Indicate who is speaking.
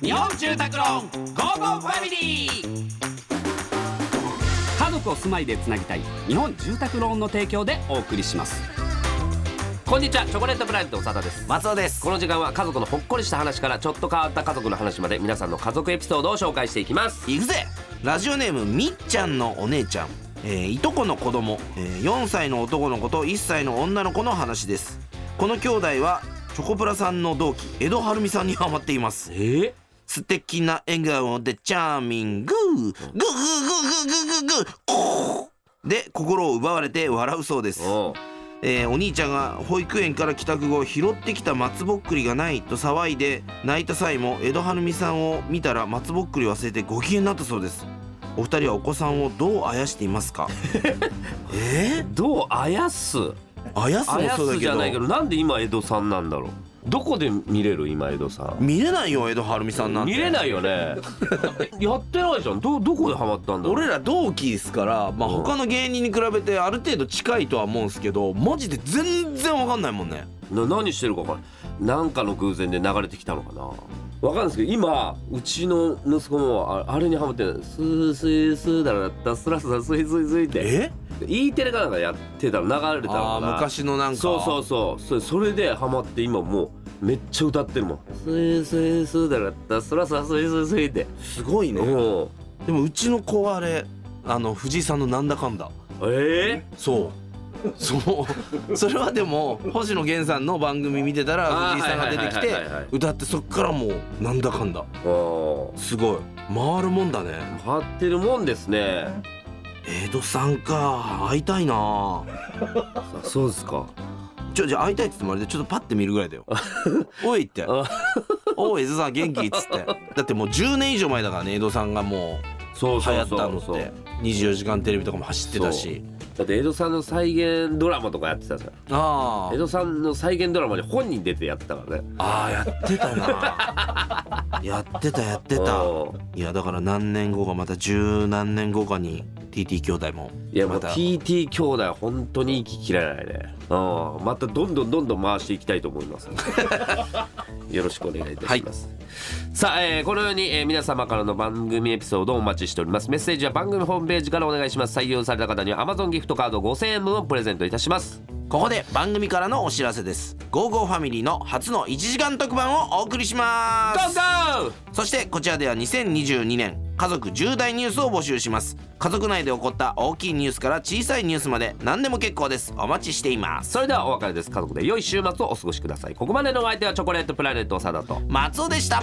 Speaker 1: 日本住宅ローンゴーゴーファミリー家族を住まいでつなぎたい日本住宅ローンの提供でお送りしますこんにちはチョコレートプラネット長田です
Speaker 2: 松尾です
Speaker 1: この時間は家族のほっこりした話からちょっと変わった家族の話まで皆さんの家族エピソードを紹介していきます
Speaker 2: 行くぜラジオネームみっちゃんのお姉ちゃん、えーいとこの子供、えー4歳の男の子と1歳の女の子の話ですこの兄弟はチョコプラさんの同期江戸晴美さんにハマっています
Speaker 1: えー、
Speaker 2: 素敵な笑顔でチャーミンググーグーグーグーグーグーグーコーで心を奪われて笑うそうです
Speaker 1: おう
Speaker 2: えーお兄ちゃんが保育園から帰宅後拾ってきた松ぼっくりがないと騒いで泣いた際も江戸晴美さんを見たら松ぼっくり忘れてご機嫌になったそうですお二人はお子さんをどうあやしています かえ
Speaker 1: どうあやす
Speaker 2: ー、あやす
Speaker 1: あ
Speaker 2: も
Speaker 1: や
Speaker 2: そうだ
Speaker 1: す
Speaker 2: け
Speaker 1: じゃ
Speaker 2: ど
Speaker 1: ないけどなんで今江戸さんなんだろうどこで見れる今江戸さん
Speaker 2: 見れないよ江戸晴美さんなんて
Speaker 1: 見れないよねやってないじゃんどどこでハマったんだろう
Speaker 2: 俺ら同期ですから、まあ、
Speaker 1: うん
Speaker 2: 他の芸人に比べてある程度近いとは思うんですけどマジで全然わかんないもんね
Speaker 1: な何してるか分からんなんかの偶然で流れてきたのかな分かんないですけど今うちの息子もああれにハマってるスースースーだらだったスラスラスイスイスイって
Speaker 2: え
Speaker 1: E テレかなんかやってたら流れてたの
Speaker 2: あ
Speaker 1: かな
Speaker 2: ー昔のなんか
Speaker 1: そうそううそうそれそれでハマって今もうめっちゃ歌ってるもんスースースーだらだったスラスラスイスイスイって
Speaker 2: すごいね
Speaker 1: うん
Speaker 2: でもうちの子はあれあの藤井さんのなんだかんだ
Speaker 1: え
Speaker 2: そうそうそれはでも星野源さんの番組見てたら
Speaker 1: あー
Speaker 2: 藤井さんが出てき
Speaker 1: は
Speaker 2: て
Speaker 1: いはいはいはいはい
Speaker 2: 歌ってそっからもうなんだかんだ
Speaker 1: えー、
Speaker 2: すごい回るもんだね
Speaker 1: あハマってるもんですね
Speaker 2: 江戸さんか会いたいな
Speaker 1: あそうですか
Speaker 2: ちょじゃあ会いたいっつってもあれでちょっとパッて見るぐ らいだよおいって
Speaker 1: あ
Speaker 2: おい江戸さん元気っつってだってもう10年以上前だからね江戸さんがも
Speaker 1: そう
Speaker 2: う
Speaker 1: そ
Speaker 2: 流行
Speaker 1: う
Speaker 2: っ
Speaker 1: そ
Speaker 2: た
Speaker 1: う
Speaker 2: のって24時間テレビとかも走ってたし
Speaker 1: だって江戸さんの再現ドラマとかやってたじゃん
Speaker 2: あ
Speaker 1: 江
Speaker 2: ー
Speaker 1: 戸さんの再現ドラマに本人出てやってたからね
Speaker 2: あーやってたな やってたやってた
Speaker 1: うん
Speaker 2: いやだから何年後かまた十何年後かに TT 兄弟も
Speaker 1: いやもう
Speaker 2: また
Speaker 1: TT 兄弟は本当に息切れないねうんまたどんどんどんどん回していきたいと思います よろしくお願いいたします、さあ、えーこのように、えー皆様からの番組エピソードをお待ちしておりますメッセージは番組ホームページからお願いします採用された方には Amazon ギフトカード5000円分をプレゼントいたします
Speaker 2: ここで番組からのお知らせです「ゴーゴーファミリー」の初の1時間特番をお送りしま
Speaker 1: ゴ
Speaker 2: す
Speaker 1: ーゴー
Speaker 2: そしてこちらでは2022年家族重大ニュースを募集します家族内で起こった大きいニュースから小さいニュースまで何でも結構ですお待ちしています
Speaker 1: それではお別れです家族で良い週末をお過ごしくださいここまでのお相手はチョコレートプラネット長田と
Speaker 2: 松尾でした